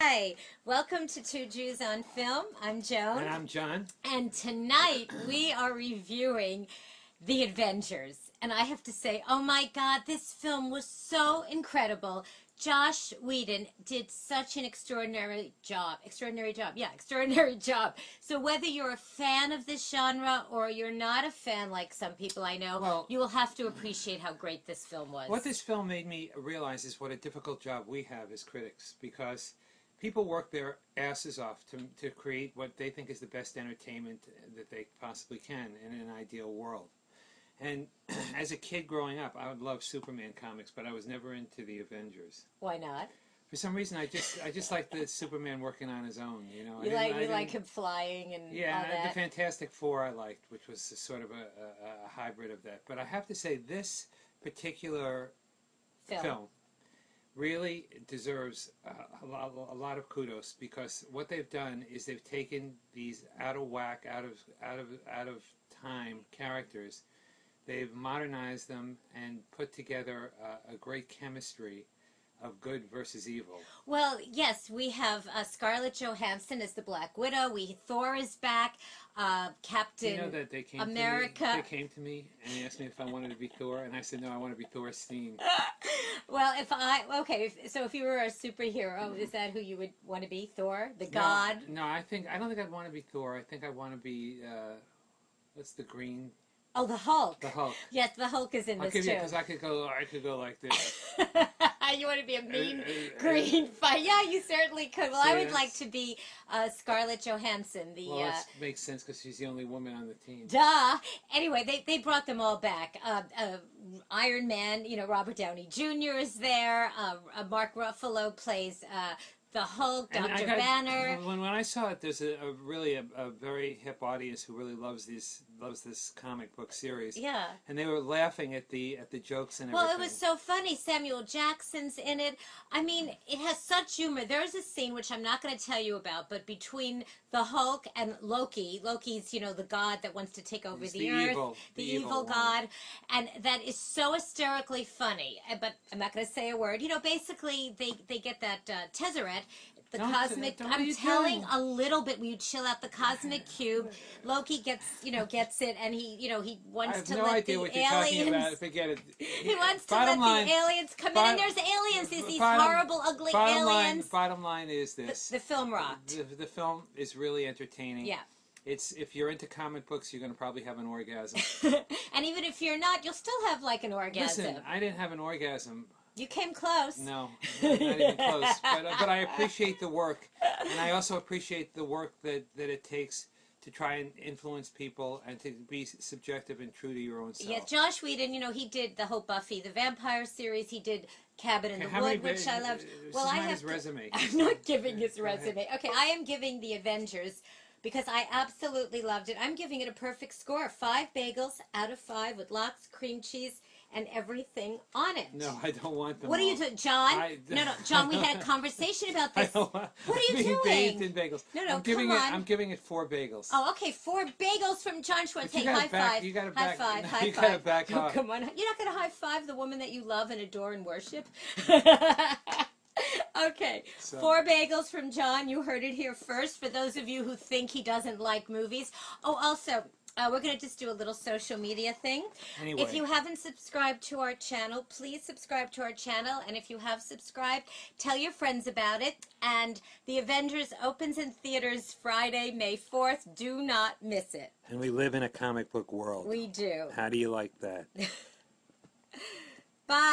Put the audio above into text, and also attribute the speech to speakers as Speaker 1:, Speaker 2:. Speaker 1: Hi, welcome to Two Jews on Film. I'm Joan,
Speaker 2: And I'm John.
Speaker 1: and tonight we are reviewing The Avengers. And I have to say, oh my God, this film was so incredible. Josh Whedon did such an extraordinary job. Extraordinary job. Yeah, extraordinary job. So, whether you're a fan of this genre or you're not a fan, like some people I know,
Speaker 2: Well-
Speaker 1: you will have to appreciate how great this film was.
Speaker 2: What this film made me realize is what a difficult job we have as critics because people work their asses off to, to create what they think is the best entertainment that they possibly can in an ideal world. And as a kid growing up, I would love Superman comics, but I was never into the Avengers.
Speaker 1: Why not?
Speaker 2: For some reason, I just I just like the Superman working on his own, you know. I
Speaker 1: You
Speaker 2: didn't-
Speaker 1: like
Speaker 2: I
Speaker 1: you like him
Speaker 2: didn't-
Speaker 1: flying and
Speaker 2: Yeah,
Speaker 1: all
Speaker 2: and I-
Speaker 1: that.
Speaker 2: the Fantastic Four I liked, which was a sort of a, a, a hybrid of that. But I have to say, this particular
Speaker 1: film.
Speaker 2: film really deserves uh, a, lot, a lot of kudos because what they've done is they've taken these out of whack, out of out of out of time characters, they've modernized them and put together uh, a great chemistry of good versus evil.
Speaker 1: Well, yes, we have uh, Scarlett Johansson as the Black Widow. We Thor is back. Uh,
Speaker 2: Do
Speaker 1: Captain.
Speaker 2: you know that they came
Speaker 1: America-
Speaker 2: To me, they came to me and they asked me if I wanted to be Thor, and I said no, I want to be Thor Steen.
Speaker 1: well, if I okay, if, so if you were a superhero, is that who you would want to be? Thor, the
Speaker 2: No,
Speaker 1: god.
Speaker 2: No, I think I don't think I'd want to be Thor. I think I want to be uh, what's the green
Speaker 1: Oh, the Hulk.
Speaker 2: the Hulk.
Speaker 1: Yes, the Hulk is in
Speaker 2: I'll
Speaker 1: this
Speaker 2: give you
Speaker 1: too.
Speaker 2: because I could go. I could go like this.
Speaker 1: you want to be a mean
Speaker 2: Uh, uh, uh,
Speaker 1: green fight? Yeah, you certainly could. Well, I
Speaker 2: See,
Speaker 1: would
Speaker 2: that's-
Speaker 1: like to be uh, Scarlett Johansson, the
Speaker 2: Well,
Speaker 1: uh,
Speaker 2: that makes sense because she's the only woman on the team.
Speaker 1: Duh. Anyway, they, they brought them all back. Uh, uh, Iron Man, you know, Robert Downey Jr. is there. Uh, uh, Mark Ruffalo plays uh, the Hulk,
Speaker 2: And I
Speaker 1: Dr.
Speaker 2: gotta-
Speaker 1: Banner.
Speaker 2: When, when I saw it, there's a, a really a, a very hip audience who really loves these loves this comic book series.
Speaker 1: Yeah.
Speaker 2: And they were laughing at the at the jokes and
Speaker 1: Well,
Speaker 2: everything.
Speaker 1: it was so funny. Samuel Jackson's in it. I mean, it has such humor. There's a scene which I'm not going to tell you about, but between the Hulk and Loki, Loki's, you know, the god that wants to take over
Speaker 2: He's
Speaker 1: the,
Speaker 2: the
Speaker 1: earth,
Speaker 2: evil-
Speaker 1: the,
Speaker 2: the
Speaker 1: evil,
Speaker 2: evil one.
Speaker 1: god, and that is so hysterically funny. Uh, But I'm not going to say a word. You know, basically they they get that uh, Tezzeret. The
Speaker 2: Don't-
Speaker 1: cosmic.
Speaker 2: don't- what are
Speaker 1: I'm
Speaker 2: you
Speaker 1: telling
Speaker 2: doing?
Speaker 1: a little bit. Will you chill out? The cosmic cube. Loki gets, you know, gets it, and he, you know, he
Speaker 2: I
Speaker 1: wants
Speaker 2: have
Speaker 1: to
Speaker 2: no
Speaker 1: let
Speaker 2: idea
Speaker 1: the
Speaker 2: what you're
Speaker 1: aliens.
Speaker 2: talking about. Forget it.
Speaker 1: He wants to let
Speaker 2: bottom line,
Speaker 1: the aliens come in, and
Speaker 2: bottom-
Speaker 1: there's aliens. There's these
Speaker 2: bottom-
Speaker 1: horrible, ugly
Speaker 2: Bottom line,
Speaker 1: aliens.
Speaker 2: bottom line is
Speaker 1: the,
Speaker 2: this:
Speaker 1: the film rocked.
Speaker 2: the, the film is really entertaining.
Speaker 1: Yeah.
Speaker 2: It's if you're into comic books, you're going to probably have an orgasm.
Speaker 1: and even if you're not, you'll still have like an orgasm.
Speaker 2: Listen, I didn't have an orgasm.
Speaker 1: you came close.
Speaker 2: No, not even close. But, uh, but I appreciate the work, and I also appreciate the work that, that it takes to try and influence people and to be subjective and true to your own self.
Speaker 1: Yeah, Josh Whedon, you know, he did the whole Buffy the Vampire series. He did Cabin in
Speaker 2: Okay,
Speaker 1: the
Speaker 2: how many
Speaker 1: Wood, which
Speaker 2: ba-
Speaker 1: I loved.
Speaker 2: uh,
Speaker 1: Well, I
Speaker 2: somebody
Speaker 1: have
Speaker 2: has resume.
Speaker 1: To, I'm not giving his
Speaker 2: Go ahead.
Speaker 1: resume. Okay, I am giving the Avengers because I absolutely loved it. I'm giving it a perfect score: five bagels out of five with lox, cream cheese, and everything on it.
Speaker 2: No, I don't want them.
Speaker 1: What are you
Speaker 2: all.
Speaker 1: doing, John?
Speaker 2: I-
Speaker 1: no, no, John. We had a conversation about
Speaker 2: I
Speaker 1: this.
Speaker 2: don't want,
Speaker 1: What are you
Speaker 2: being bathed
Speaker 1: doing?
Speaker 2: in bagels.
Speaker 1: No, no,
Speaker 2: I'm giving
Speaker 1: come
Speaker 2: it.
Speaker 1: on.
Speaker 2: I'm giving it four bagels.
Speaker 1: Oh, okay. Four bagels from John Schwartz.
Speaker 2: But you
Speaker 1: Hey,
Speaker 2: gotta
Speaker 1: high
Speaker 2: back-
Speaker 1: five.
Speaker 2: you gotta
Speaker 1: high
Speaker 2: back-
Speaker 1: five.
Speaker 2: no,
Speaker 1: high
Speaker 2: you
Speaker 1: five.
Speaker 2: gotta back
Speaker 1: Oh,
Speaker 2: off.
Speaker 1: come on. You're not gonna high five the woman that you love and adore and worship. okay.
Speaker 2: So-
Speaker 1: Four bagels from John. You heard it here first. For those of you who think he doesn't like movies. Oh, also. Uh, we're going to just do a little social media thing.
Speaker 2: Anyway.
Speaker 1: If you haven't subscribed to our channel, please subscribe to our channel. And if you have subscribed, tell your friends about it. And The Avengers opens in theaters Friday, May 4th. Do not miss it.
Speaker 2: and we live in a comic book world.
Speaker 1: We do.
Speaker 2: How do you like that?
Speaker 1: Bye.